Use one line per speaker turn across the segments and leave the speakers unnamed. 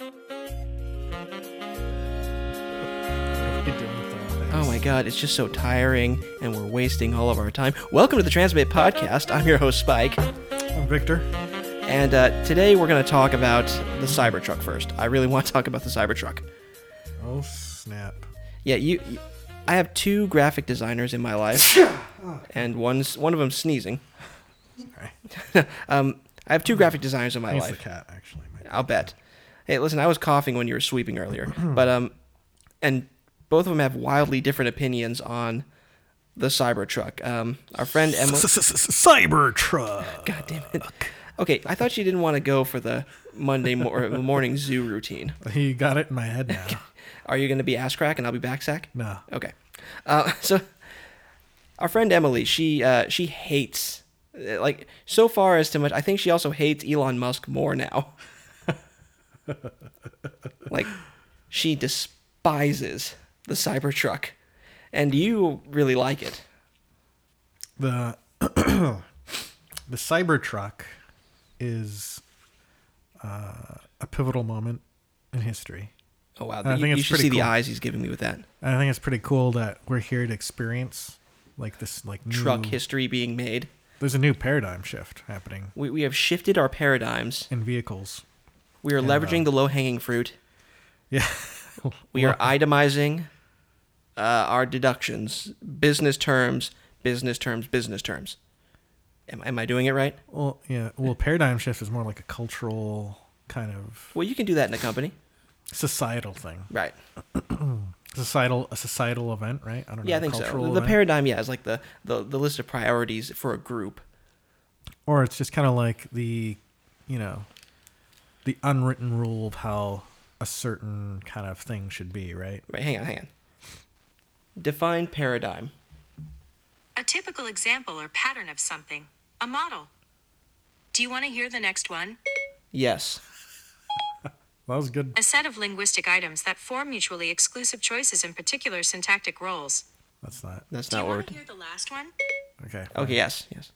Oh,
Oh god, it's just so tiring, and we're wasting all of our time. Welcome to the Transmit Podcast. I'm your host, Spike.
I'm Oh, Victor.
And uh, today we're going to talk about the Cybertruck first. I really want to talk about the Cybertruck.
Oh snap!
Yeah, you. you- I have two graphic designers in my life, and one's one of them sneezing.
Sorry.
Um, I have two graphic designers in my
It's the
life.
cat actually. Might be.
I'll bet. Hey, listen, I was coughing when you were sweeping earlier, but um, and both of them have wildly different opinions on the Cybertruck. Um, our friend Emily.
Cybertruck.
God damn it. Okay, I thought you didn't want to go for the Monday mor- morning zoo routine.
You got it in my head now.
Are you going to be ass crack and I'll be back sack?
No.
Okay. Uh, so our friend Emily, she uh, she hates uh, like so far as to much. I think she also hates Elon Musk more now. like she despises the Cybertruck, and you really like it.
The the Cybertruck is uh, a pivotal moment in history.
Oh wow!
I
you,
think it's
you should
pretty
see the
cool.
eyes he's giving me with that
And I think it's pretty cool that we're here to experience like this like new,
truck history being made.
There's a new paradigm shift happening
We we have shifted our paradigms.
in vehicles.
We are
uh,
leveraging the low hanging fruit.
Yeah.
We are itemizing uh, our deductions, business terms, business terms, business terms. Am, am I doing it right?
Well, yeah. Well, paradigm shift is more like a cultural kind of
Well, you can do that in a company.
societal thing.
Right.
societal a societal event, right? I don't know.
Yeah, I think so.
cultural
The
event.
paradigm, yeah, is like the, the, the list of priorities for a group.
or it's just kind of like the, you know, the unwritten rule of how a certain kind of thing should be, right?
Right, hang on, hang on. Define paradigm.
A typical example or pattern of something. A model. Do you want to hear the next one?
Yes.
That was good.
A set of linguistic items that form mutually exclusive choices in particular syntactic roles.
That's not
That's
Do
not
you
what we're
want to hear the last one?
okay. fine.
Okay, yes, yes.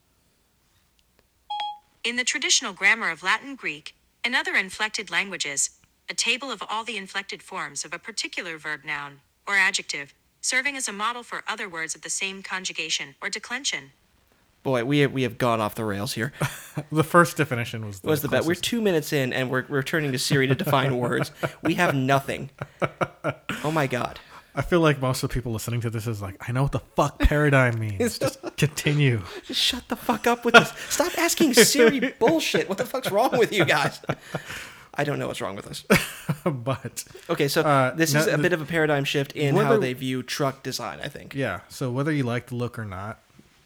In the traditional grammar of Latin Greek and other inflected languages, a table of all the inflected forms of a particular verb noun or adjective, serving as a model for other words of the same conjugation or declension.
Boy, we have, we have gone off the rails here.
The first definition was the
was the bet. We're
closest.
two minutes in, and we're we're turning to Siri to define words. We have nothing. Oh my god!
I feel like most of the people listening to this is like, I know what the fuck paradigm means. Just continue.
Just shut the fuck up with this. Stop asking Siri bullshit. What the fuck's wrong with you guys? I don't know what's wrong with us.
but
Okay, so
Uh,
this
no,
is a
the-
bit of a paradigm shift in how
Whether-
they view truck design. I think.
yeah, so whether you like the look or not,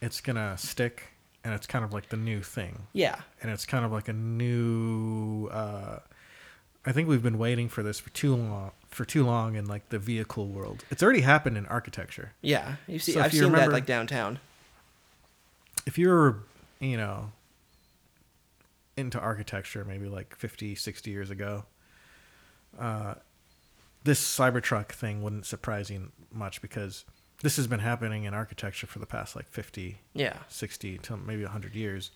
it's gonna stick, and it's kind of like the new thing.
Yeah.
and it's kind of like a new uh i think we've been waiting for this for too long for too long in like the vehicle world it's already happened in architecture
Yeah. You see,
So if
I've
you
seen that
remember-
like downtown.
if you're you know into architecture maybe like 50 60 years ago uh this cybertruck thing wouldn't surprise you much because this has been happening in architecture for the past like 50
Yeah.
60 to maybe 100 years,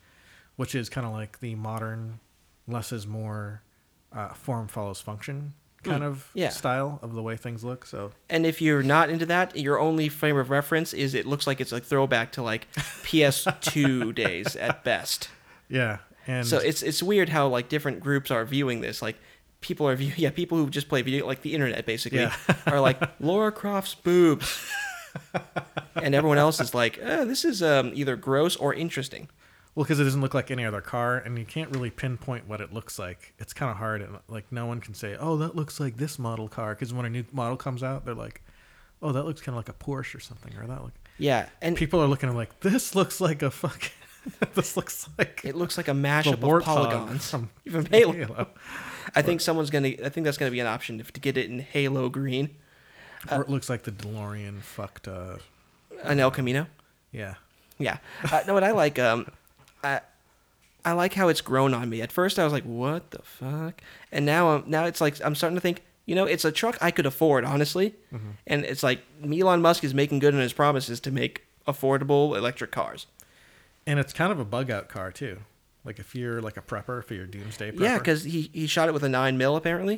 which is kind of like the modern less is more uh, form follows function kind of
Hmm. yeah.
style of the way things look. So,
And if you're not into that, your only frame of reference is it looks like it's a throwback to like PS2 days at best.
yeah. And
so it's it's weird how like different groups are viewing this. Like people are view yeah, people who just play video like the internet basically
Yeah.
are like Laura Croft's boobs, and everyone else is like eh, this is um, either gross or interesting.
well, because it doesn't look like any other car, and you can't really pinpoint what it looks like. It's kind of hard. And like, no one can say, oh, that looks like this model car. Because when a new model comes out, they're like, oh, that looks kind of like a Porsche or something, or that look.
Yeah, and
People are looking at like, this looks like a fucking. this looks like
it looks like a mashup
warthog
of polygons
from
from Halo.
Halo.
I think someone's gonna. I think that's gonna be an option if, to get it in Halo Green, Uh,
or it looks like the DeLorean fucked. Uh,
an El Camino.
yeah,
Yeah. Uh, no, what I like, um, I, I like how it's grown on me. At first, I was like, "What the fuck?" And now, I'm now it's like I'm starting to think, you know, it's a truck I could afford, honestly.
Mm-hmm.
And it's like Elon Musk is making good on his promises to make affordable electric cars.
and it's kind of a bug out car too. Like if you're like a prepper for your doomsday prepper. Mm-hmm.
Yeah, 'cause Yeah, because he he shot it with a nine mil apparently,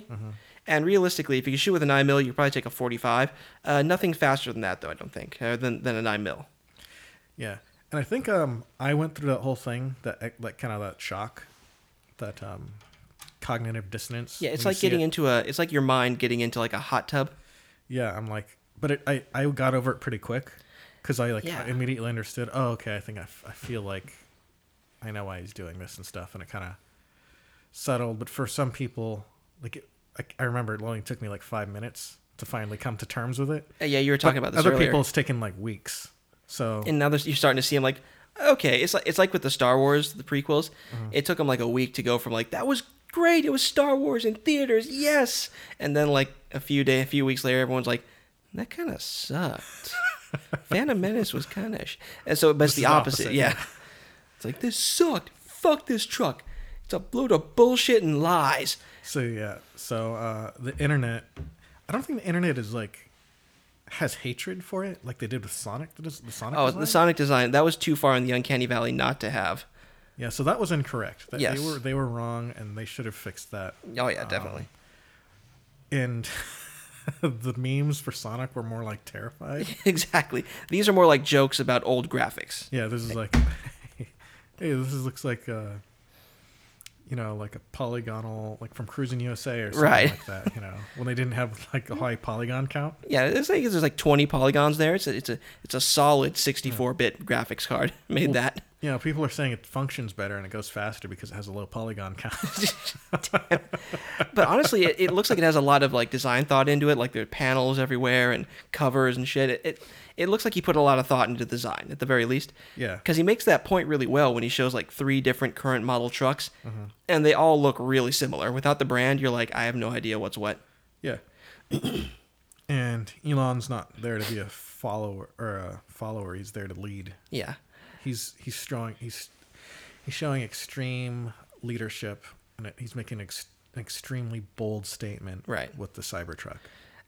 And realistically, if you shoot with a nine mil, you probably take a forty-five. Uh, nothing faster than that, though. I don't think uh, than than a nine mil.
Yeah, and I think um I went through that whole thing that like kind of that shock, that um cognitive dissonance.
Yeah, it's
when you
like
see
getting
it.
into a. It's like your mind getting into like a hot tub.
Yeah, I'm like, but it, I I got over it pretty quick because I like
Yeah.
I immediately understood. Oh, okay, I think I, f- I feel like I know why he's doing this and stuff, and it kind of settled. But for some people, like it, I, I remember it only took me like five minutes to finally come to terms with it.
Uh, yeah, you were talking about this
Other
earlier.
people, it's taken like weeks. So
and now there's- you're starting to see them like okay it's like it's like with the star wars the prequels it took them like a week to go from like that was great it was star wars in theaters yes and then like a few day a few weeks later everyone's like that kind of sucked phantom menace was kind of sh-. and so but it's
This
the
is
opposite,
opposite,
yeah. it's like this sucked fuck this truck it's a load of bullshit and lies
So yeah, so uh, the internet. I don't think the internet is like has hatred for it like they did with Sonic. The, the Sonic.
oh
design?
the sonic design that was too far in the uncanny valley not to have
Yeah, so that was incorrect. That
Yes.
they were they were wrong, and they should have fixed that.
oh yeah definitely
And the memes for Sonic were more like terrified.
exactly these are more like jokes about old graphics
Yeah, this is like, hey, this is, looks like a, you know, like a polygonal, like from Cruising USA or something
Right.
like that. You know, when they didn't have like a high polygon count.
Yeah, it's like there's like 20 polygons there. It's a it's a it's a solid 64-bit graphics card made that.
You know, people are saying it functions better and it goes faster because it has a low polygon count.
But honestly, it, it looks like it has a lot of like design thought into it. Like there are panels everywhere and covers and shit. It it, it looks like he put a lot of thought into design at the very least.
Yeah.
because he makes that point really well when he shows like three different current model trucks, and they all look really similar. Without the brand, you're like, I have no idea what's what.
yeah. and Elon's not there to be a follower or a follower, he's there to lead.
Yeah,
He's he's strong. He's he's showing extreme leadership and it, he's making ex, an extremely bold statement
Right.
with the Cybertruck.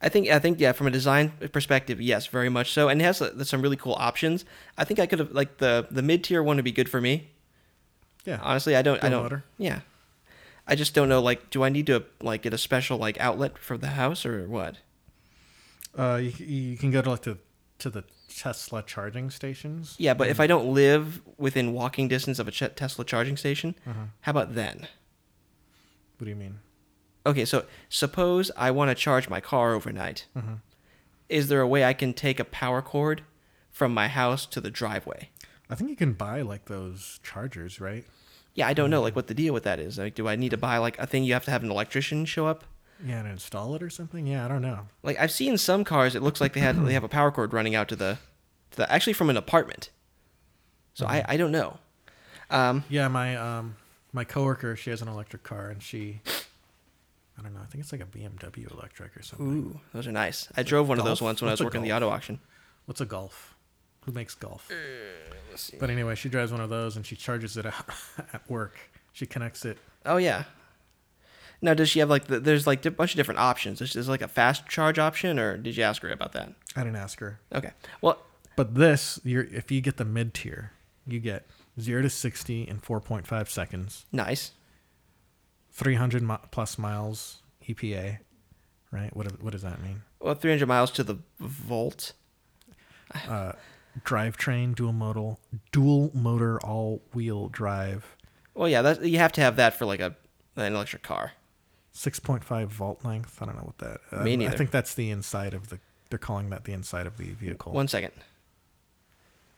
I think I think yeah, from a design perspective, yes, very much so, and it has uh, some really cool options. I think I could have like the the mid tier one would be good for me.
Yeah.
Honestly, I don't. I
Bill
don't.
Motter?
Yeah, I just don't know. Like, do I need to like get a special like outlet for the house or what?
Uh you, you can go to like the to the Tesla charging stations.
Yeah, but if I don't live within walking distance of a ch- Tesla charging station, how about then?
What do you mean?
Okay, so suppose I want to charge my car overnight. Is there a way I can take a power cord from my house to the driveway?
I think you can buy like those chargers, right?
Yeah, I don't know
Mm.
like what the deal with that is. Like, do I need to buy like a thing? You have to have an electrician show up.
Yeah, and install it or something. Yeah, I don't know.
Like I've seen some cars, it looks like they had they have a power cord running out to the, to the actually from an apartment. So
Mm.
I, I don't know. Um,
Yeah, my um my coworker, she has an electric car and she I don't know, I think it's like a BMW electric or something.
ooh, those are nice. I drove one of those
golf?
once when I was
What's a
working at the
golf?
auto auction.
What's a golf? Who makes golf? But anyway, she drives one of those and she charges it out at work. She connects it.
Oh yeah. Now does she have like the, there's like a bunch of different options? Is there like a fast charge option, or did you ask her about that?
I didn't ask her.
Okay. Well,
But this, you're if you get the mid tier, you get zero to sixty in four point five seconds,
nice.
three hundred mi- plus miles EPA, right? What what does that mean?
Well, 300 miles to the volt.
drivetrain, dual modal, dual motor, all wheel drive,
Well, yeah, that you have to have that for like a an electric car.
six point five volt length. I don't know what that. uh, I-
Me
I
neither.
think that's the inside of the. They're calling that the inside of the vehicle.
One second.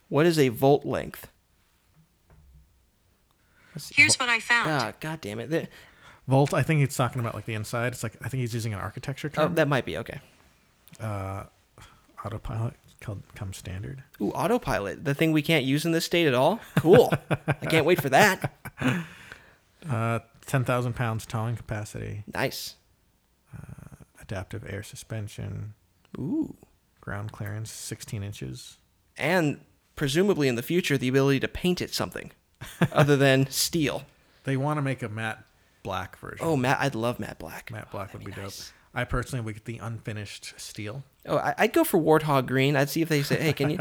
What is a volt length?
Here's what I found.
Ah, god damn it. Th-
Volt. I think he's talking about like the inside. It's like I think he's using an architecture
Oh,
term.
that might be okay. Oh.
Autopilot come, come standard.
Ooh, autopilot, the thing we can't use in this state at all? Cool. I can't wait for that.
Ten thousand pounds towing capacity.
Nice.
Adaptive air suspension.
Ooh.
Ground clearance sixteen inches.
And presumably in the future, the ability to paint it something other than steel.
They want to make a matte black version.
Oh, Matt, I'd love Matt Black.
matte black would be dope.
nice.
I personally would get the unfinished steel.
Oh, I- I'd go for Warthog Green. I'd see if they say, hey, can you.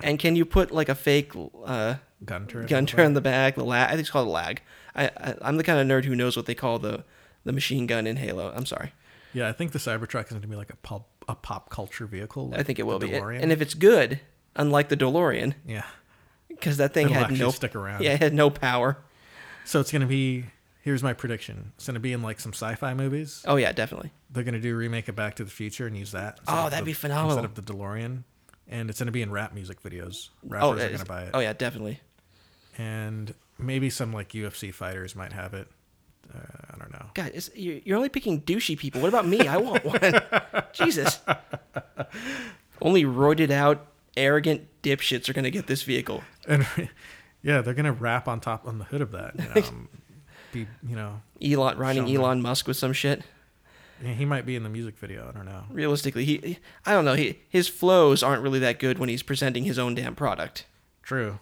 And can you put like a fake uh,
Gun turret.
Gunter in the back, the lag. I think it's called a lag. I, I I'm the kind of nerd who knows what they call the the machine gun in Halo. I'm sorry.
Yeah, I think the Cybertruck is going to be like a pop a pop culture vehicle.
I think it will
the
be.
DeLorean.
And if it's good, unlike the DeLorean,
yeah,
because that thing
It'll
had
actually
no
stick around.
Yeah, it had no power.
so it's going to be. Here's my prediction. It's going to be in like some sci-fi movies.
Oh yeah, definitely.
They're going to do a remake of Back to the Future and use that. instead
Oh,
of
that'd
the-
be phenomenal.
Instead of the DeLorean, and it's going to be in rap music videos. Rappers
Oh,
are
yeah,
going to buy it.
oh yeah, definitely.
and maybe some like UFC fighters might have it. Uh, I don't know.
God, it's, you're, you're only picking douchey people. What about me? I want one. Jesus. Only roided out, arrogant dipshits are gonna get this vehicle.
And yeah, they're gonna wrap on top on the hood of that. You know, um, be you know,
Elon riding
Something.
Elon Musk with some shit.
he might be in the music video. I don't know.
Realistically, he, he- I don't know. He his flows aren't really that good when he's presenting his own damn product.
True.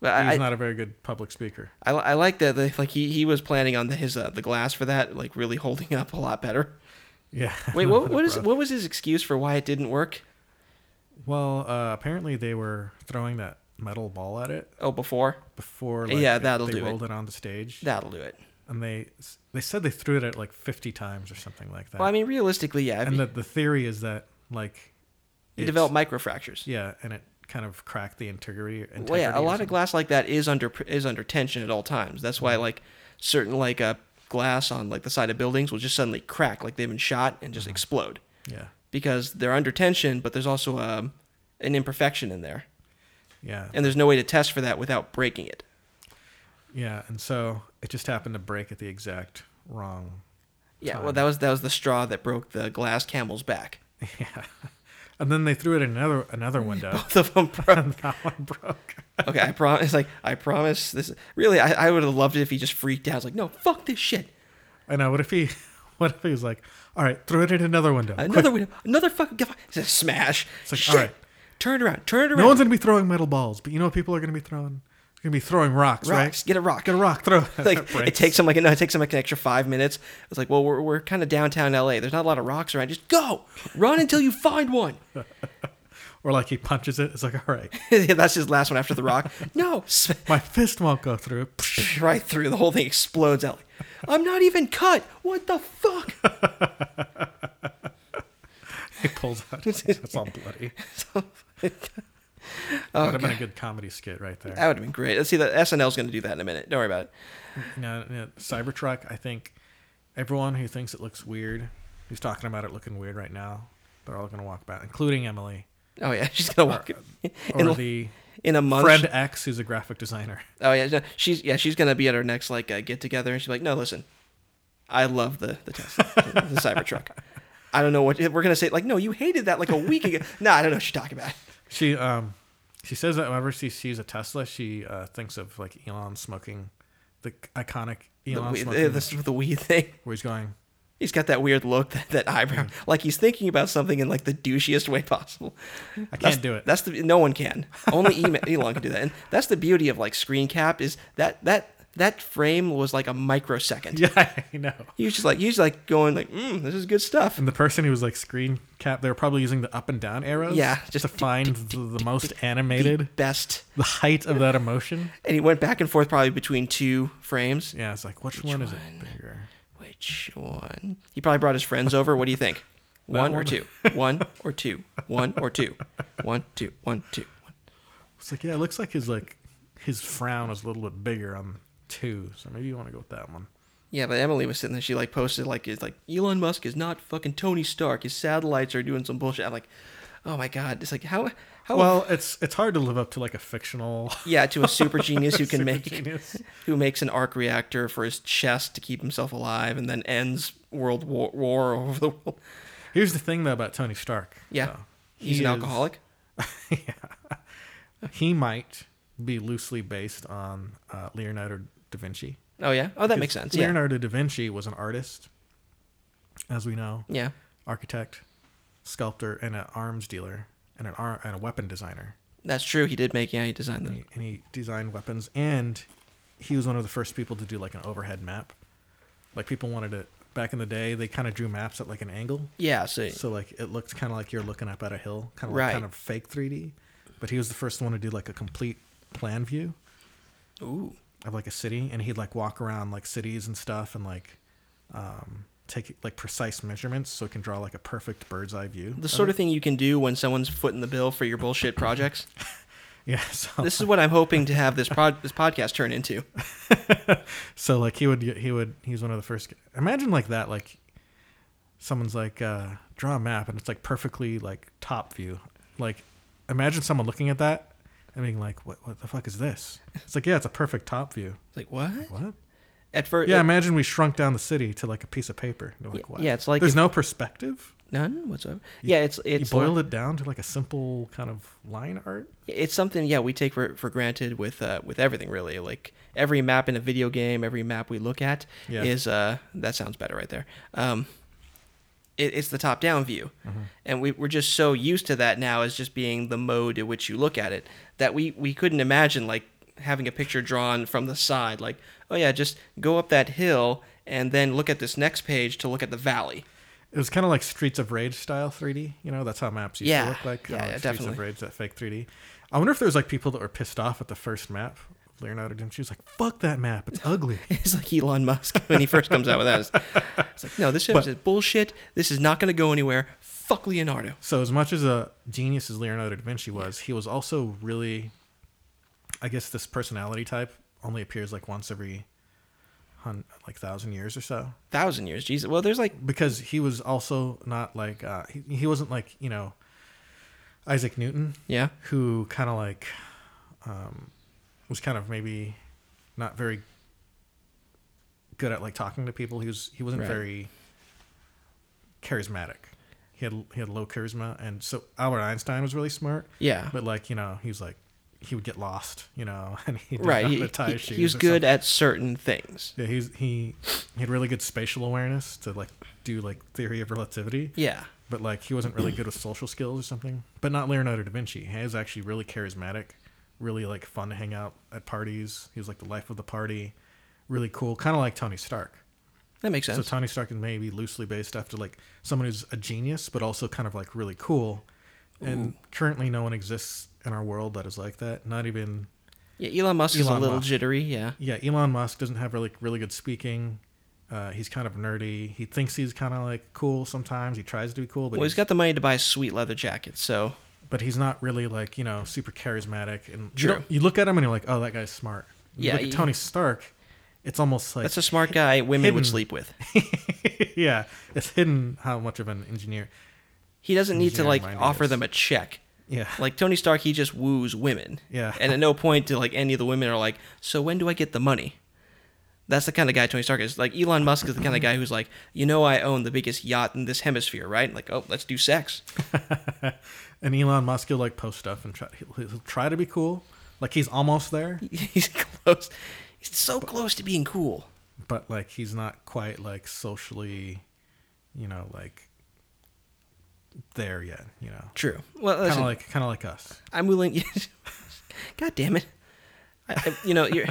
But
He's
I,
not a very good public speaker.
I, I like that. They, like he, he was planning on the, his uh, the glass for that, like really holding up a lot better.
Yeah.
Wait, what what is what was his excuse for why it didn't work?
Well, uh, apparently they were throwing that metal ball at it
Oh, before
before.
Yeah,
it-
that'll
they
do it.
rolled it. on the stage,
that'll do it.
and they they said they threw it at like fifty times or something like that.
Well, I mean, realistically, yeah.
and
If
that the theory is that like
you
it's-
develop microfractures.
Yeah, and it kind of cracked the integrity.
Well, yeah,
integrity
a
or
lot
something.
of glass like that is under is under tension at all times. That's why
Mm-hmm.
like certain like uh, glass on like the side of buildings will just suddenly crack like they've been shot and
Mm-hmm.
just explode
Yeah,
because they're under tension, but there's also um, an imperfection in there,
yeah,
and there's no way to test for that without breaking it.
yeah. And so it just happened to break at the exact wrong.
Yeah, well, that was that was the straw that broke the glass camel's back.
Yeah, and then they threw it in another another window,
Both of them broke.
and that one broke.
Okay, I promise. Like I promise this. Really, I, I would have loved it if he just freaked out. I was like, no, fuck this shit.
I know. What if he? What if he was like, "All right, throw it in another window. quick."
Another window, another fucking it's a smash.
like,
shit.
alright.
Turn it around. Turn it around.
No one's gonna be throwing metal balls, but you know what people are gonna be throwing? They're gonna be throwing rocks,
Rocks.
right?
Get a rock.
Get a rock. Throw.
like it
breaks.
takes him like no, it takes him like an extra five minutes. It's like, well, we're, we're kind of downtown LA. There's not a lot of rocks around. Just go, run until you find one.
Or like he punches it. It's like, all right,
Yeah, That's his last one after the rock. No, sm-
my fist won't go through.
right through. The whole thing explodes out. I'm not even cut. What the fuck?
He pulls out. his- It's all bloody. that would have been a good comedy skit right there.
That would have been great. Let's see that SNL's going to do that in a minute. Don't worry about it.
No, no, Cybertruck. I think everyone who thinks it looks weird, who's talking about it looking weird right now, they're all gonna walk back, including Emily
Oh yeah, she's gonna walk
Uh, or
in,
the
in a month.
friend X, who's a graphic designer.
Oh yeah, no, she's yeah she's gonna be at her next like uh, get together, and she's like, no, listen, I love the the Tesla, the Cybertruck. I don't know what we're gonna say. Like, no, you hated that like a week ago. no, I don't know what you're talking about.
She um, she says that whenever she sees a Tesla, she uh, thinks of like Elon smoking, the iconic
The,
Elon
we-
smoking,
the, this is the weed thing.
where he's going.
He's got that weird look, that, that
Mm.
eyebrow, like he's thinking about something in like the douchiest way possible.
I
That's-
can't do it.
That's the no one can. Only Ema- Elon can do that, and that's the beauty of like screen cap is that that that frame was like a microsecond.
yeah, I know.
He was just like he was like going like, mm, this is good stuff.
And the person who was like screen cap, they were probably using the up and down arrows.
Yeah, just
just to find the, the most animated,
Best.
the height of that emotion.
And he went back and forth probably between two frames.
Yeah, it's like which, one, is it bigger?
Which one? He probably brought his friends over. What do you think? One or
one.
two? One or two? One or two? One, two, one, two. one.
It's like yeah, it looks like his like his frown is a little bit bigger on two, so maybe you want to go with that one.
Yeah, but Emily was sitting there. She like posted like it's like Elon Musk is not fucking Tony Stark. His satellites are doing some bullshit. I'm like, oh my god. It's like how how
Well, it's it's hard to live up to like a fictional
yeah to a super genius who can
Super
make
genius.
who makes an arc reactor for his chest to keep himself alive and then ends world war, war over the world.
Here's the thing though about Tony Stark.
Yeah,
though.
he's
He
an
is-
alcoholic.
He might be loosely based on uh, Leonardo da Vinci.
Oh yeah. Oh, that makes sense. Yeah.
Leonardo da Vinci was an artist, as we know.
Yeah.
Architect, sculptor, and an arms dealer, and an ar- and a weapon designer.
That's true. He did make. Yeah, he designed them.
and he designed weapons and he was one of the first people to do like an overhead map like people wanted to back in the day they kind of drew maps at like an angle
Yeah. So
so like it looked kind of like you're looking up at a hill kind of
Right.
like kind of fake 3d but he was the first one to do like a complete plan view
ooh.
of like a city and he'd like walk around like cities and stuff and like um, take like precise measurements so it can draw like a perfect bird's eye view.
The sort of thing you can do when someone's footing the bill for your bullshit projects.
yeah. So,
This is what I'm hoping to have this prod this podcast turn into.
so like he would he would he was one of the first. Imagine like that like someone's like uh, draw a map and it's like perfectly like top view. Like imagine someone looking at that and being like, what what the fuck is this? It's like yeah, it's a perfect top view.
It's like what?
What?
At first,
Yeah, imagine we shrunk down the city to like a piece of paper. They're like,
Yeah,
what?
yeah, it's like
there's
if-
no perspective.
none whatsoever. yeah, it's
You
it's uh,
boil it down to like a simple kind of line art.
it's something yeah we take for, for granted with uh, with everything really like every map in a video game every map we look at
Yeah.
is uh that sounds better right there um it, it's the top down view
Mm-hmm.
and we, we're just so used to that now as just being the mode in which you look at it that we we couldn't imagine like having a picture drawn from the side like oh yeah just go up that hill and then look at this next page to look at the valley
It was kind of like Streets of Rage style 3D. You know, that's how maps used
Yeah.
to look like. kinda
Yeah,
like
yeah,
Streets
definitely.
of Rage, that fake 3D. I wonder if there was like people that were pissed off at the first map. of Leonardo da Vinci was like, "Fuck that map! It's ugly."
It's like Elon Musk when he first comes out with that. It's- It's like, no, this shit is bullshit. This is not going to go anywhere. Fuck Leonardo.
so, as much as a genius as Leonardo da Vinci was, he was also really, I guess, this personality type only appears like once every, hun- like thousand years or so.
Thousand years, Jesus. Well, there's like,
because he was also not like uh, he, he wasn't like you know Isaac Newton
yeah,
who kind of like um, was kind of maybe not very good at like talking to people he was he wasn't
Right.
very charismatic he had he had low charisma and so Albert Einstein was really smart
Yeah.
but like you know he was like he would get lost you know and he'd
right.
not
He,
know tie
he-
his
he
shoes
was
or
good at certain things.
yeah, he's he he had really good spatial awareness to like do like theory of relativity.
Yeah.
But like he wasn't really good with social skills or something. But not Leonardo da Vinci. He was actually really charismatic, really like fun to hang out at parties. He was like the life of the party, really cool, kind of like Tony Stark.
That makes
So
sense.
Tony Stark is maybe loosely based after like someone who's a genius, but also kind of like really cool. And currently, no one exists in our world that is like that. Not even
yeah, Elon Musk is a
Elon
little
Musk.
jittery. Yeah.
yeah, Elon Musk doesn't have really really good speaking. Uh, he's kind of nerdy. He thinks he's kind of like cool sometimes. He tries to be cool, but
Well,
he's,
he's got the money to buy a sweet leather jacket, so
but he's not really like you know super charismatic. And you,
True.
don't- you look at him and you're like, oh, that guy's smart. You
Yeah,
look at
he-
Tony Stark. It's almost like
that's a smart guy women would
Hidden.
sleep with.
yeah, it's hidden how much of an engineer.
He doesn't need to
Engineering
like
mind, I
offer
guess.
them a check.
Yeah,
Like Tony Stark, he just woos women.
Yeah.
And at no point do like any of the women are like, so when do I get the money? That's the kind of guy Tony Stark is. Like Elon Musk is the kind of guy who's like, you know, I own the biggest yacht in this hemisphere, right? Like, oh, let's do sex.
and Elon Musk will like post stuff and try he'll, he'll try to be cool. Like he's almost there,
He's close. He's so close to being cool.
but like he's not quite like socially, you know, like there yet. You know,
True. Well,
kind
listen,
of like kind of like us.
I'm willing. God damn it! I, I, you know your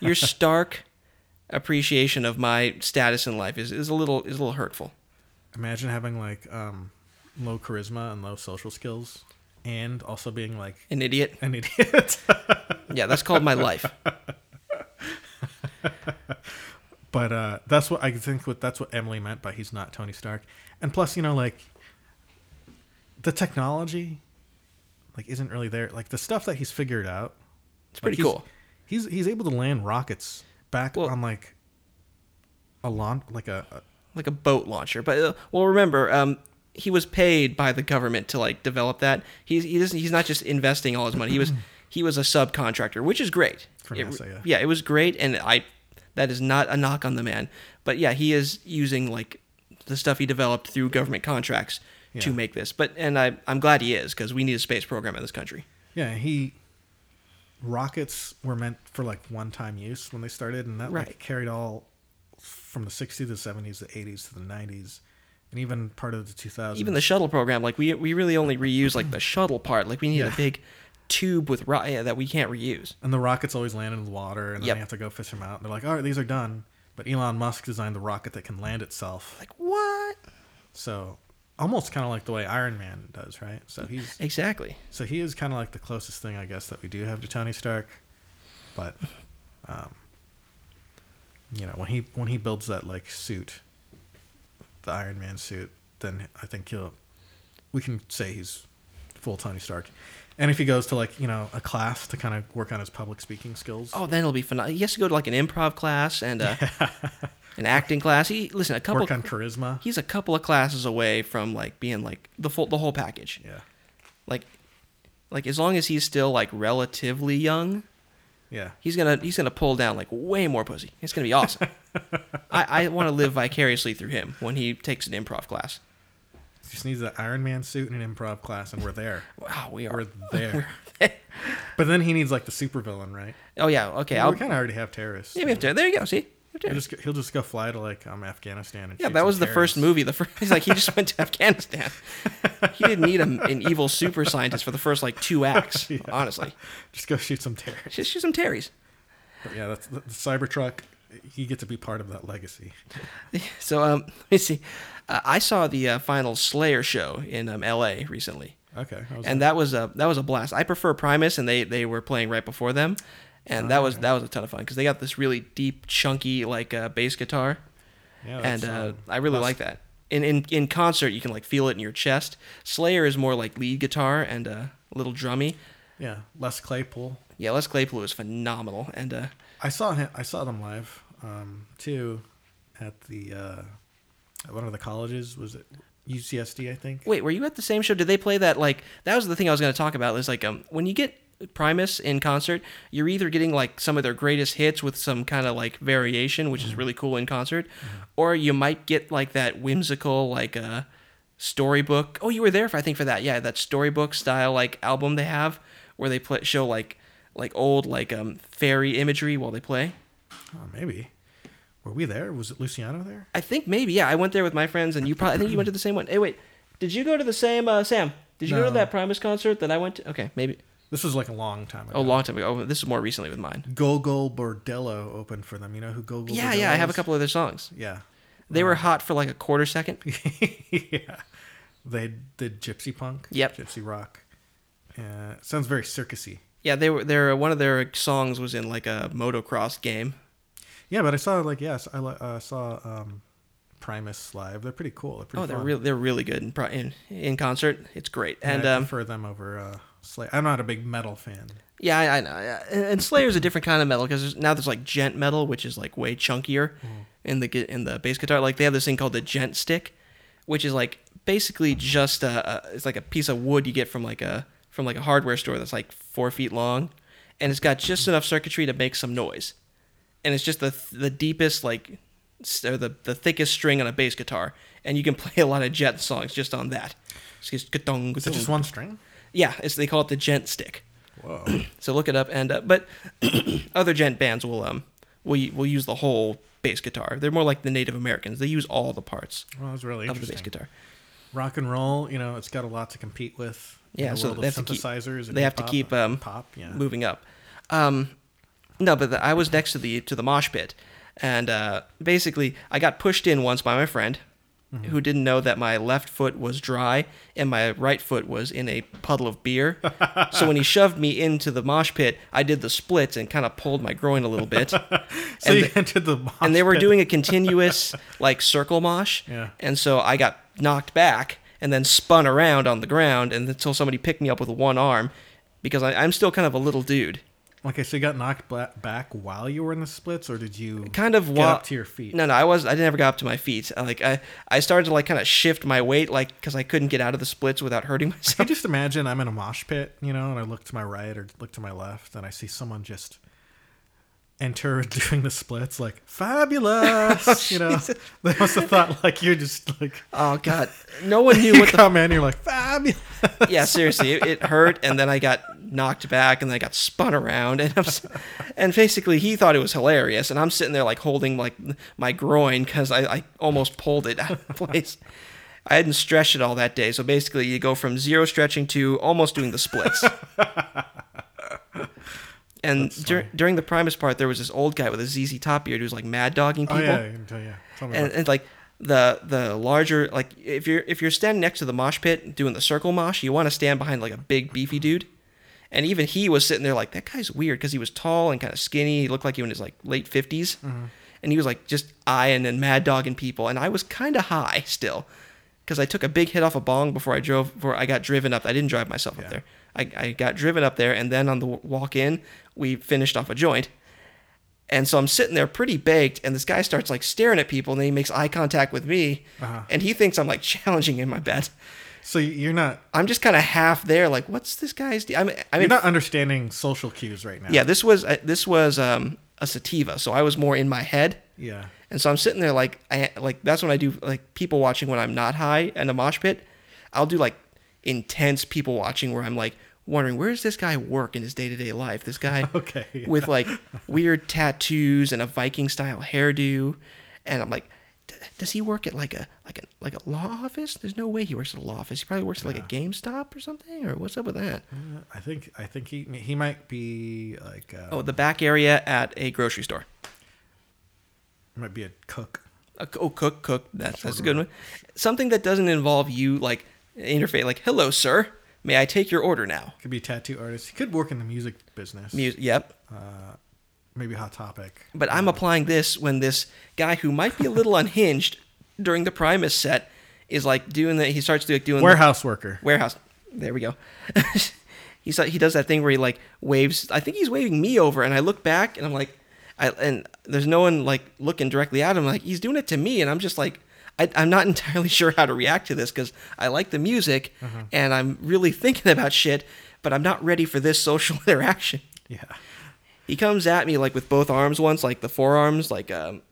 your stark appreciation of my status in life is, is a little is a little hurtful.
Imagine having like um, low charisma and low social skills, and also being like
An idiot.
an idiot.
Yeah, that's called my life.
but uh, that's what I think. What that's what Emily meant by he's not Tony Stark. And plus, you know, like the technology, like isn't really there. Like the stuff that he's figured out.
It's pretty
Like, he's-
cool.
He's he's able to land rockets back
Well-
on like a lawn, like a, a
like a boat launcher. But uh, well, remember, um, he was paid by the government to like develop that. He's he doesn't, he's not just investing all his money. He was he was a subcontractor, which is great.
For
It-
NASA, yeah.
it was great, and I that is not a knock on the man, but yeah, he is using like the stuff he developed through government contracts to
Yeah.
make this. But and I I'm glad he is because we need a space program in this country.
Yeah, he rockets were meant for like one time use when they started, and that
Right.
like carried all from the 60s to the 70s, the 80s to the 90s, and even part of the 2000s.
Even the shuttle program, like we we really only reuse like the shuttle part. Like we need a
Yeah.
big tube with ro- yeah, that we can't reuse.
and the rockets always land in the water, and then
Yep.
they have to go fish them out. And they're like, all right, these are done. But Elon Musk designed the rocket that can land itself.
Like what?
So almost kind of like the way Iron Man does, right? So he's
Exactly.
so he is kind of like the closest thing, I guess, that we do have to Tony Stark. But um, you know when he when he builds that like suit, the Iron Man suit, then I think he'll we can say he's full Tony Stark. And if he goes to like you know a class to kind of work on his public speaking skills,
Oh, then it'll be fun. He has to go to like an improv class and uh, an acting class. He listen a couple.
work on charisma,
he's a couple of classes away from like being like the full the whole package.
yeah,
Like, like as long as he's still like relatively young,
yeah,
he's gonna he's gonna pull down like way more pussy. It's gonna be awesome. I I want to live vicariously through him when he takes an improv class.
just needs an Iron Man suit and an improv class, and we're there.
Wow, we are.
We're there. but then he needs like the supervillain, right?
Oh yeah, okay.
we
I'll,
kind of already have terrorists.
yeah, we have to. There you go. See. We have to-
He'll just, go- he'll just go fly to like um, Afghanistan. And
Yeah,
shoot
that
some
was the first
terrorists.
movie. The first, he's like he just went to Afghanistan. He didn't need a, an evil super scientist for the first like two acts. Honestly,
Just go shoot some terrorists.
just shoot some Terrys.
But yeah, that's the, the Cybertruck. You get to be part of that legacy.
So um, let me see. Uh, I saw the uh, final Slayer show in um, L.A. recently,
Okay. I was-
and that was a that was a blast. I prefer Primus, and they they were playing right before them, and that was that was a ton of fun because they got this really deep, chunky like uh, bass guitar.
yeah, that's,
and uh,
um,
I really
that's-
like that. In, in in concert, you can like feel it in your chest. Slayer is more like lead guitar and uh, a little drummy.
Yeah, Les Claypool.
Yeah, Les Claypool is phenomenal, and uh,
I saw him. I saw them live um, too, at the uh, at one of the colleges. Was it UCSD? I think.
Wait, were you at the same show? Did they play that like that was the thing I was going to talk about? Is like um when you get Primus in concert, you're either getting like some of their greatest hits with some kind of like variation, which is really cool in concert, or you might get like that whimsical like uh storybook. Oh, you were there for I think for that. Yeah, that storybook style like album they have where they play show like like old like um fairy imagery while they play.
Oh, maybe. Were we there? Was it Luciano there?
I think maybe yeah. I went there with my friends, and you probably. I think you went to the same one. Hey, wait, did you go to the same uh, Sam? Did you go
No.
to that Primus concert that I went to? Okay, maybe
This was like a long time ago.
a long time ago. Oh, this is more recently with mine.
Gogol Bordello opened for them. You know who Gogol?
Yeah,
Bordello
yeah. I have a
is?
couple of their songs.
Yeah,
They
Uh.
were hot for like a quarter second.
yeah. They did gypsy punk.
Yep.
Gypsy rock. Uh, sounds very circusy.
Yeah, they were. Their one of their songs was in like a motocross game.
Yeah, but I saw like yes, I li- uh, saw um, Primus live. They're pretty cool. They're pretty
Oh, they're
fun.
real. They're really good in pro- in, in concert. It's great. And
I
um,
prefer them over uh, Slayer. I'm not a big metal fan.
yeah, I, I know. yeah. And and Slayer's a different kind of metal because now there's like gent metal, which is like way chunkier
Mm.
in the gu- in the bass guitar. Like they have this thing called the gent stick, which is like basically just a, a it's like a piece of wood you get from like a from like a hardware store that's like four feet long, and it's got just enough circuitry to make some noise, and it's just the the deepest like s- or the the thickest string on a bass guitar, and you can play a lot of gent songs just on that. It's just ka-dung,
Is it just
ka-dung.
one string?
Yeah, it's, they call it the gent stick.
Whoa.
So look it up, and uh, but other gent bands will um will y- will use the whole bass guitar. They're more like the Native Americans. They use all the parts
Well, that's really
of the bass
interesting.
guitar.
Rock and roll, you know, it's got a lot to compete with. in
Yeah,
the
so
world
they
of
have to keep-
synthesizers. and
they have to
hip-hop
keep,
and
um,
pop. Yeah,
Moving up, um, no, but the, I was next to the to the mosh pit, and uh, basically I got pushed in once by my friend,
Mm-hmm.
who didn't know that my left foot was dry and my right foot was in a puddle of beer. so when he shoved me into the mosh pit, I did the splits and kind of pulled my groin a little bit.
so you entered the mosh
and they were
pit.
doing a continuous like circle mosh.
Yeah.
And so I got knocked back and then spun around on the ground and until somebody picked me up with one arm because I, I'm still kind of a little dude.
Okay, so you got knocked bla- back while you were in the splits, or did you
Kind of
get
wa-
up to your feet?
No, no, I was I never got up to my feet. I, Like I, I started to like kind of shift my weight, like because I couldn't get out of the splits without hurting myself.
Can you just imagine I'm in a mosh pit, you know, and I look to my right or look to my left, and I see someone just enter doing the splits, like fabulous, you know. They must have thought like you're just like
Oh God, no one knew
you
what the
come in, you're like fabulous.
yeah, seriously, it, it hurt, and then I got knocked back, and then I got spun around, and I'm, s- and basically he thought it was hilarious, and I'm sitting there like holding like my groin because I, I almost pulled it out of place. I hadn't stretched it all that day, so basically you go from zero stretching to almost doing the splits. And dur- during the Primus part, there was this old guy with a ZZ Top beard who was like mad dogging
Oh
people
yeah, you can tell, yeah. Tell me
and,
about-
and like the the larger like if you're if you're standing next to the mosh pit doing the circle mosh, you want to stand behind like a big beefy dude. And even
Mm-hmm.
he was sitting there like that guy's weird because he was tall and kind of skinny. He looked like he was in his like late 50s and he was like just eyeing and mad dogging people, and I was kind of high still, because I took a big hit off a bong before I drove. Before I got driven up, I didn't drive myself up there. I, I got driven up there, and then on the w- walk in, we finished off a joint. And so I'm sitting there pretty baked, and this guy starts like staring at people, and then he makes eye contact with me,
Uh-huh.
and he thinks I'm like challenging him. I bet
So you're not
I'm just kind of half there, like, what's this guy's? De- I mean, I mean,
you're not understanding social cues right now.
yeah, this was uh, this was um, a sativa, so I was more in my head,
Yeah.
and so I'm sitting there like, I like that's when I do like people watching when I'm not high and a mosh pit. I'll do like intense people watching where I'm like wondering where does this guy work in his day to day life? This guy
Okay, yeah.
with like weird tattoos and a Viking style hairdo, and I'm like. "D- Does he work at like a like a like a law office? There's no way he works at a law office. He probably works at like a GameStop or something. Or what's up with that?
I think I think he he might be like uh,
Oh, the back area at a grocery store.
might be a cook.
A, oh, cook, cook. That's that's a good one. Something that doesn't involve you like interface. Like, hello, sir. May I take your order now?
Could be a tattoo artist. He could work in the music business.
Music. Yep.
Maybe hot topic.
But I'm applying this when this guy who might be a little unhinged during the Primus set is like doing that. He starts like doing the-
Warehouse worker.
warehouse. There we go. He's like, he does that thing where he like waves. I think he's waving me over, and I look back and I'm like, I and there's no one like looking directly at him. Like he's doing it to me, and I'm just like, I, I'm not entirely sure how to react to this because I like the music and I'm really thinking about shit, but I'm not ready for this social interaction.
Yeah.
He comes at me like with both arms once, like the forearms, like um,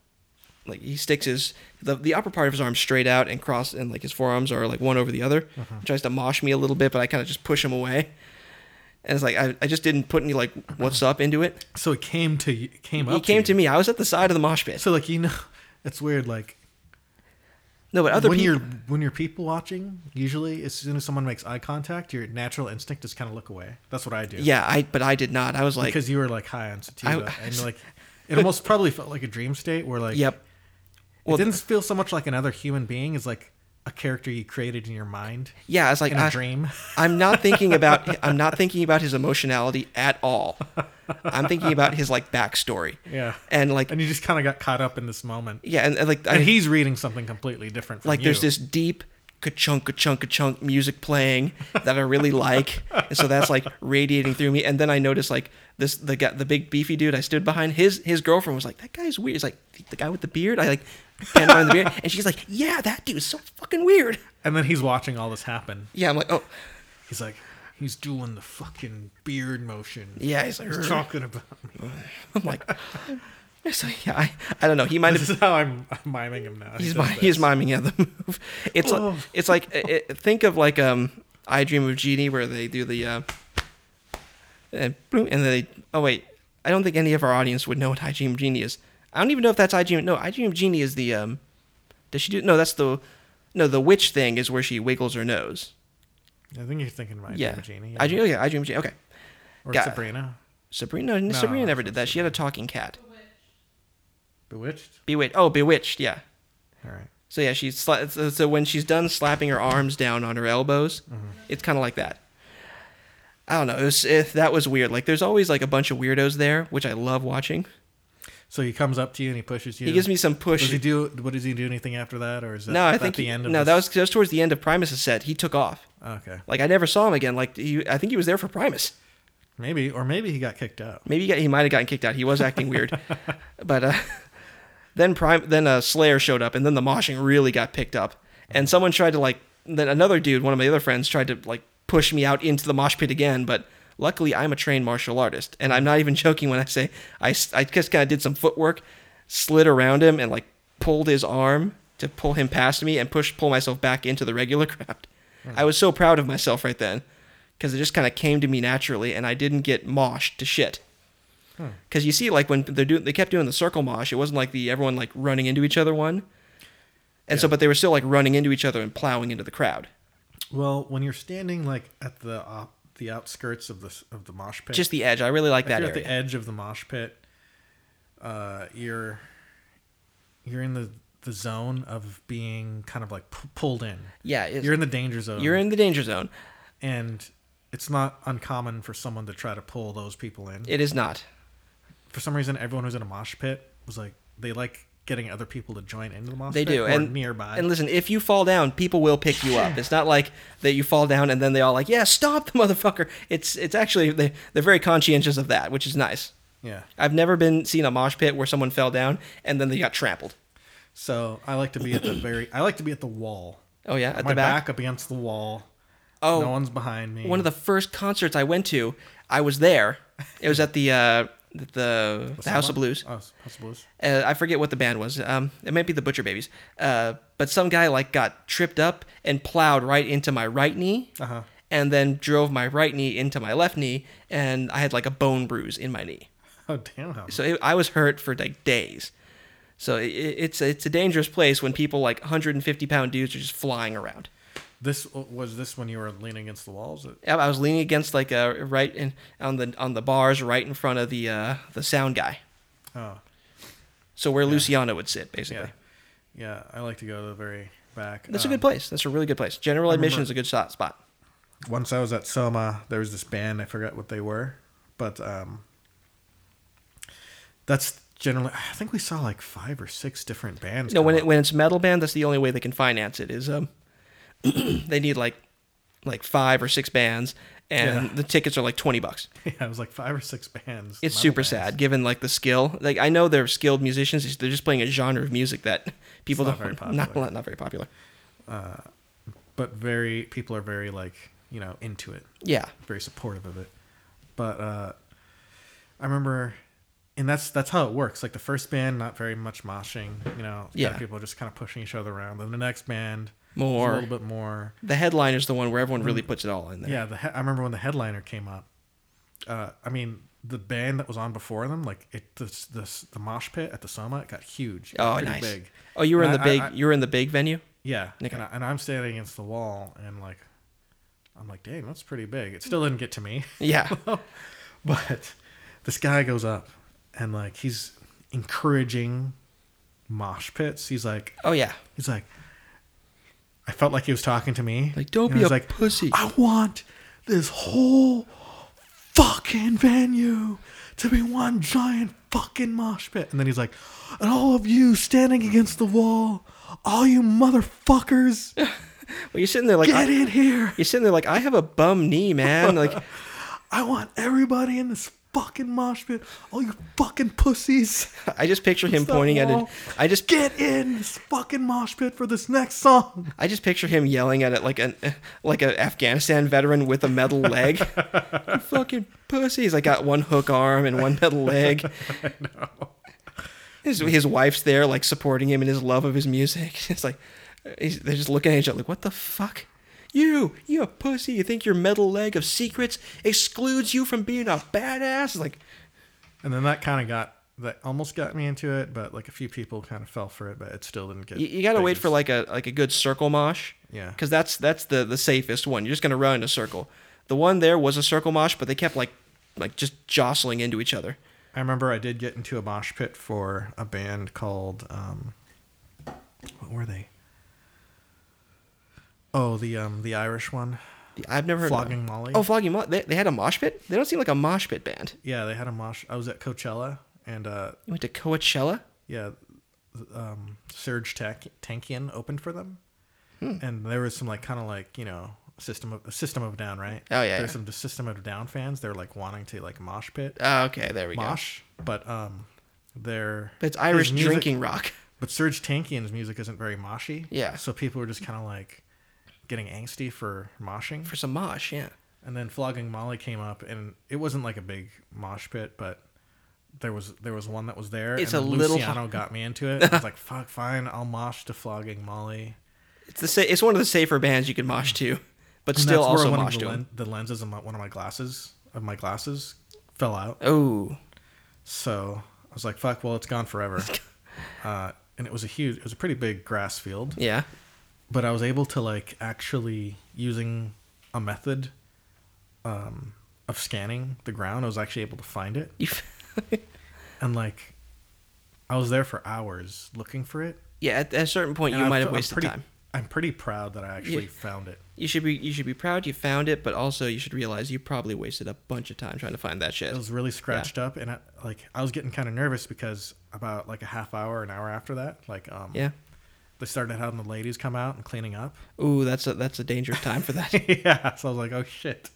like he sticks his the, the upper part of his arm straight out and cross, and like his forearms are like one over the other.
Uh-huh.
He tries to mosh me a little bit, but I kind of just push him away. And it's like I, I just didn't put any like what's up into it.
So it came to you- came up.
he came to
you.
me. I was at the side of the mosh pit.
So like you know, it's weird. Like
no, but other
when
people.
you're when you're people watching, usually as soon as someone makes eye contact, your natural instinct is kind of look away. That's what I do.
Yeah, I but I did not. I was like,
Because you were like high on sativa,
I-
and like it almost probably felt like a dream state where like
yep.
it didn't feel so much like another human being as like a character you created in your mind
Yeah, I was like,
in a
I-
dream.
I'm not thinking about I'm not thinking about his emotionality at all. I'm thinking about his like backstory.
Yeah.
And like
and you just kind of got caught up in this moment.
yeah, and, and, like I,
And he's reading something completely different. From
like there's
you.
this deep ka-chunk ka-chunk ka-chunk music playing that I really like. and so that's like radiating through me. And then I notice like this the guy the big beefy dude I stood behind, his his girlfriend was like, That guy's weird. He's like the guy with the beard. I like panned around the beard. And she's like, Yeah, that dude's so fucking weird.
and then he's watching all this happen.
Yeah, I'm like, oh
He's like, he's doing the fucking beard motion.
yeah, he's like,
He's talking about.
I'm like so yeah, I, I don't know. He might have
This is how I'm, I'm miming him now. He
he's
does
mi-
this.
he's miming at the move. It's like, it's like it, it- think of like um I Dream of Genie where they do the uh, and bloom and they oh wait I don't think any of our audience would know what I Dream of Genie is. I don't even know if that's I Dream. No, I Dream of Genie is the um. Does she do no? That's the no. The witch thing is where she wiggles her nose.
I think you're thinking my
Yeah,
Genie.
I dream. oh, Yeah, I Dream of Genie. Okay,
or
got-
Sabrina.
Sabrina. No, Sabrina never did that. She had a talking cat.
Bewitched.
Bewitched. Oh, bewitched. Yeah.
All right.
So yeah, she's sla- so, so when she's done slapping her arms down on her elbows,
Mm-hmm.
it's kind of like that. I don't know. It was, it, that was weird. Like there's always like a bunch of weirdos there, which I love watching.
So he comes up to you and he pushes you.
He gives me some
Does
push.
he do? What does he do? Anything after that, or is that,
no, I
that
think
the
he-
end of Oh.
no.
this?
That was that was towards the end of Primus's set. He took off.
okay.
Like I never saw him again. Like he, I think he was there for Primus.
Maybe, or maybe he got kicked out.
Maybe he, got, he might have gotten kicked out. He was acting weird, but uh, then Prime, then uh, Slayer showed up, and then the moshing really got picked up. And someone tried to like, then another dude, one of my other friends, tried to like push me out into the mosh pit again. But luckily, I'm a trained martial artist, and I'm not even joking when I say I, s- I just kind of did some footwork, slid around him, and like pulled his arm to pull him past me and push pull myself back into the regular crowd. I was so proud of myself right then. Because it just kind of came to me naturally, and I didn't get moshed to shit. Because you see, like when they're doing, they kept doing the circle mosh. It wasn't like the everyone like running into each other one. And so, but they were still like running into each other and plowing into the crowd.
Well, when you're standing like at the op, the outskirts of the of the mosh pit,
Just the edge. I really like that
you're at
area.
the edge of the mosh pit. Uh, you're you're in the the zone of being kind of like pu- pulled in.
Yeah, it's-
e-, you're in the danger zone.
You're in the danger zone.
and it's not uncommon for someone to try to pull those people in.
It is not.
for some reason, everyone who's in a mosh pit was like, they like getting other people to join into the mosh
They
pit
do,
or
and
nearby.
And listen, if you fall down, people will pick you up. It's not like that you fall down and then they all like, yeah, stop the motherfucker. It's it's actually they they're very conscientious of that, which is nice.
yeah.
I've never been seen a mosh pit where someone fell down and then they got trampled.
So I like to be at the very. I like to be at the wall.
Oh yeah, at
My
the back.
back? up against the wall.
Oh,
no one's behind me.
One of the first concerts I went to, I was there. It was at the uh, the, the House of Blues.
Oh, it's House of Blues.
uh, I forget what the band was. Um, it might be the Butcher Babies. Uh, but some guy like got tripped up and plowed right into my right knee,
Uh-huh.
and then drove my right knee into my left knee, and I had like a bone bruise in my knee.
Oh damn! House.
So it, I was hurt for like days. So it, it's it's a dangerous place when people like 150 pound dudes are just flying around.
This was this when you were leaning against the walls. It-
I I was leaning against like a right in on the on the bars right in front of the uh, the sound guy.
Oh
So where Luciano would sit basically.
yeah, yeah. I like to go to the very back.
That's
Um,
a good place. That's a really good place. General admission is a good shot spot.
Um, once I was at Soma, there was this band. I forgot what they were, but um, that's generally. I think we saw like five or six different bands.
No, when
come
it, when it's metal band, that's the only way they can finance it. Is um, they need like like five or six bands, and
Yeah.
the tickets are like twenty bucks.
up. yeah, it was like five or six bands.
It's
metal
super
bands.
sad, given like the skill. Like I know they're skilled musicians; it's- they're just playing a genre of music that people
It's not
don't
very
not
popular.
not very popular.
but very people are very like you know into it.
Yeah,
very supportive of it. But uh, I remember, and that's that's how it works. Like the first band, not very much moshing. You know, it's kinda
Yeah.
people just kind of pushing each other around. Then the next band, there's
More.
a little bit more.
the headline is the one where everyone really puts it all in there.
Mm. Yeah, the he- I remember when the headliner came up. Uh, I mean, the band that was on before them, like it, this, this the mosh pit at the Soma, it got huge. It
Oh,
got pretty
nice.
Big.
Oh, you were in
And
the
I-
big
I-
you were in the big venue.
Yeah,
Okay.
and, I, and I'm standing against the wall, and like, I'm like, dang, that's pretty big. It still didn't get to me.
Yeah,
But this guy goes up and like he's encouraging mosh pits. He's like
oh yeah.
he's like I felt like he was talking to me.
Like, don't
And
be
he's
a pussy.
I want this whole fucking venue to be one giant fucking mosh pit. And then he's like, and all of you standing against the wall, all you motherfuckers,
Well, you're sitting there like
get
I,
in here.
you're sitting there like I have a bum knee, man. Like
I want everybody in this fucking mosh pit. All you fucking pussies.
I just picture him
It's that
pointing at it.
wall.
I just
get in this fucking mosh pit for this next song.
I just picture him yelling at it like an like an Afghanistan veteran with a metal leg. You fucking pussy. He's like got one hook arm and one metal leg. His, his wife's there, like supporting him in his love of his music. It's like he's, they're just looking at each other, like, "What the fuck? You, you a pussy? You think your metal leg of secrets excludes you from being a badass?" It's like,
And then that kind of got that almost got me into it, but like a few people kind of fell for it, but it still didn't get.
you, you got to
big
wait for
as-
like a like a good circle mosh.
Yeah.
Because that's that's the the safest one. You're just gonna run in a circle. The one there was a circle mosh, but they kept like like just jostling into each other.
I remember I did get into a mosh pit for a band called um, what were they? Oh, the um the Irish one.
The- I've never heard
Flogging
of them.
Molly?
Oh, flogging Molly. They, they had a mosh pit. They don't seem like a mosh pit band.
Yeah, they had a mosh. I was at Coachella and uh
You went to Coachella.
yeah, th- um, Serge Tank- Tankian opened for them,
Hmm.
and there was some like kind of like you know system of System of a Down, right?
Oh, yeah,
There's
yeah.
some System of a Down fans. They're like wanting to like mosh pit,
Oh, okay, there we go.
mosh, but um, they're
But it's
his
Irish
music-
drinking rock.
But Serge Tankian's music isn't very moshy.
Yeah.
So people were just kind of like getting angsty for moshing.
For some mosh, yeah.
And then flogging Molly came up, and it wasn't like a big mosh pit, but there was there was one that was there.
It's
and
a
then
little-
Luciano got me into it. I was like, "Fuck, fine, I'll mosh to flogging Molly."
It's the sa- it's one of the safer bands you can mosh to, but
And that's
still
where
also
one of
mosh
the,
to.
len- the lenses of my, one of my glasses of my glasses fell out.
Oh,
So I was like, "Fuck, well, it's gone forever." uh, and it was a huge, it was a pretty big grass field.
yeah.
but I was able to like actually using a method um, of scanning the ground. I was actually able to find it,
You f-
and like I was there for hours looking for it.
yeah. At, at a certain point,
And
you
I
might
fe-
have
I'm
wasted
pretty-
time.
I'm pretty proud that I actually found it.
You should be you should be proud you found it, but also you should realize you probably wasted a bunch of time trying to find that shit.
It was really scratched up, and I, like I was getting kind of nervous because about like a half hour, an hour after that, like um,
Yeah.
they started having the ladies come out and cleaning up.
Ooh, that's a that's a dangerous time for that.
yeah, so I was like, oh shit,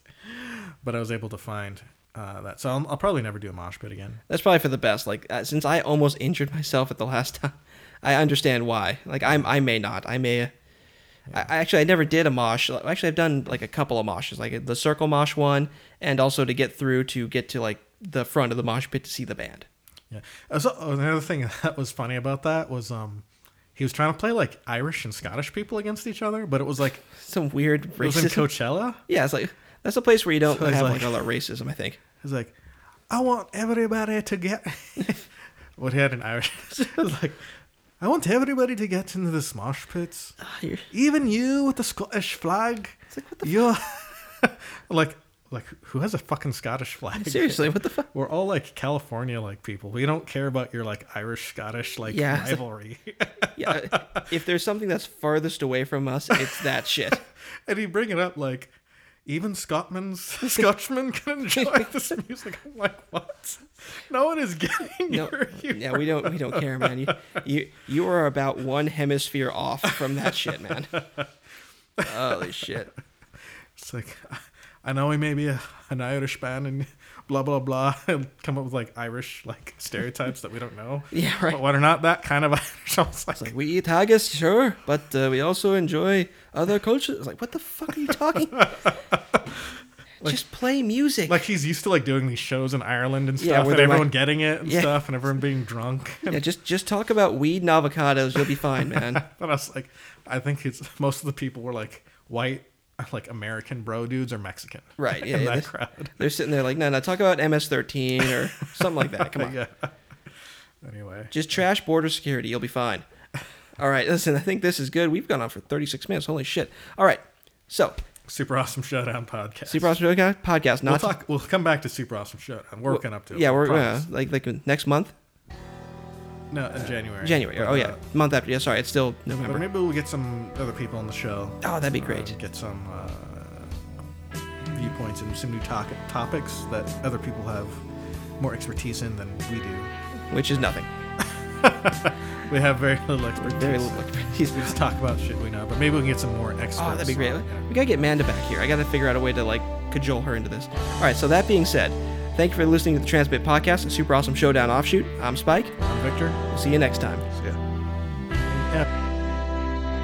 but I was able to find uh, that. So I'll, I'll probably never do a mosh pit again.
That's probably for the best. Like uh, since I almost injured myself at the last time, I understand why. Like I'm, I may not. I may. I, I actually I never did a mosh. Actually, I've done like a couple of moshes, like the circle mosh one, and also to get through to get to like the front of the mosh pit to see the band.
Yeah. Uh, So oh, another thing that was funny about that was um, he was trying to play like Irish and Scottish people against each other, but it was like
Some weird
it was in
racism.
Coachella.
yeah, it's like that's a place where you don't
So it's
have
like-
like, all that racism. I think.
He's like, I want everybody to get. what he had in Irish. It was like, I want everybody to get into the mosh pits.
you're-
Even you with the Scottish flag. It's like, what the You're. like, like, who has a fucking Scottish flag?
Seriously, what the fuck?
We're all like California like people. We don't care about your like Irish Scottish like
Yeah, it's like-
rivalry.
Yeah, if there's something that's farthest away from us, it's that shit.
and he bring it up like even Scotmen's Scotchmen can enjoy this music. I'm like, what? No one is getting
No,
your humor.
yeah, we don't we don't care, man. You, you you are about one hemisphere off from that shit, man. Holy shit!
It's like, I know he may be a, an Irish band and blah blah blah, and come up with like Irish like stereotypes that we don't know.
Yeah, right.
But we're not that kind of Irish. I was like,
Like we eat haggis, sure, but uh, we also enjoy other cultures. It's Like what the fuck are you talking? Just play music.
like he's used to like doing these shows in Ireland and
Yeah,
stuff,
where
and
they're,
everyone
like-
getting it and
Yeah.
stuff, and everyone being drunk.
yeah, just just talk about weed and avocados. You'll be fine, man.
But I was like, I think it's most of the people were like white, like American bro dudes or Mexican.
Right? Yeah.
in
yeah,
that
they-
crowd.
They're sitting there like, no, no, talk about MS-13 or something like that. Come on.
Yeah. Anyway,
Just trash border security. You'll be fine. All right, listen, I think this is good. We've gone on for 36 minutes. Holy shit. All right. So,
super awesome showdown podcast.
Super Awesome Joe Guy podcast.
We'll
Not
talk. We'll come back to super awesome showdown. We're working up to it.
Yeah,
we
we're uh,
promise.
like like next month,
no in January.
January.
But,
Oh yeah,
uh,
month after. Yeah, sorry, it's still
but
November.
maybe we'll get some other people on the show.
Oh, that'd be
Uh,
great.
get some uh, viewpoints and some new talk- topics that other people have more expertise in than we do.
Which is nothing.
We have very little expertise.
Very little expertise.
We just talk about shit we know, but maybe we can get some more experts.
Oh, that'd be great.
on it.
We gotta get Manda back here. I gotta figure out a way to like cajole her into this. All right. So that being said, thank you for listening to the Transmit Podcast, a super awesome showdown offshoot. I'm Spike.
I'm uh, Victor.
We'll see you next time.
Yeah. yeah.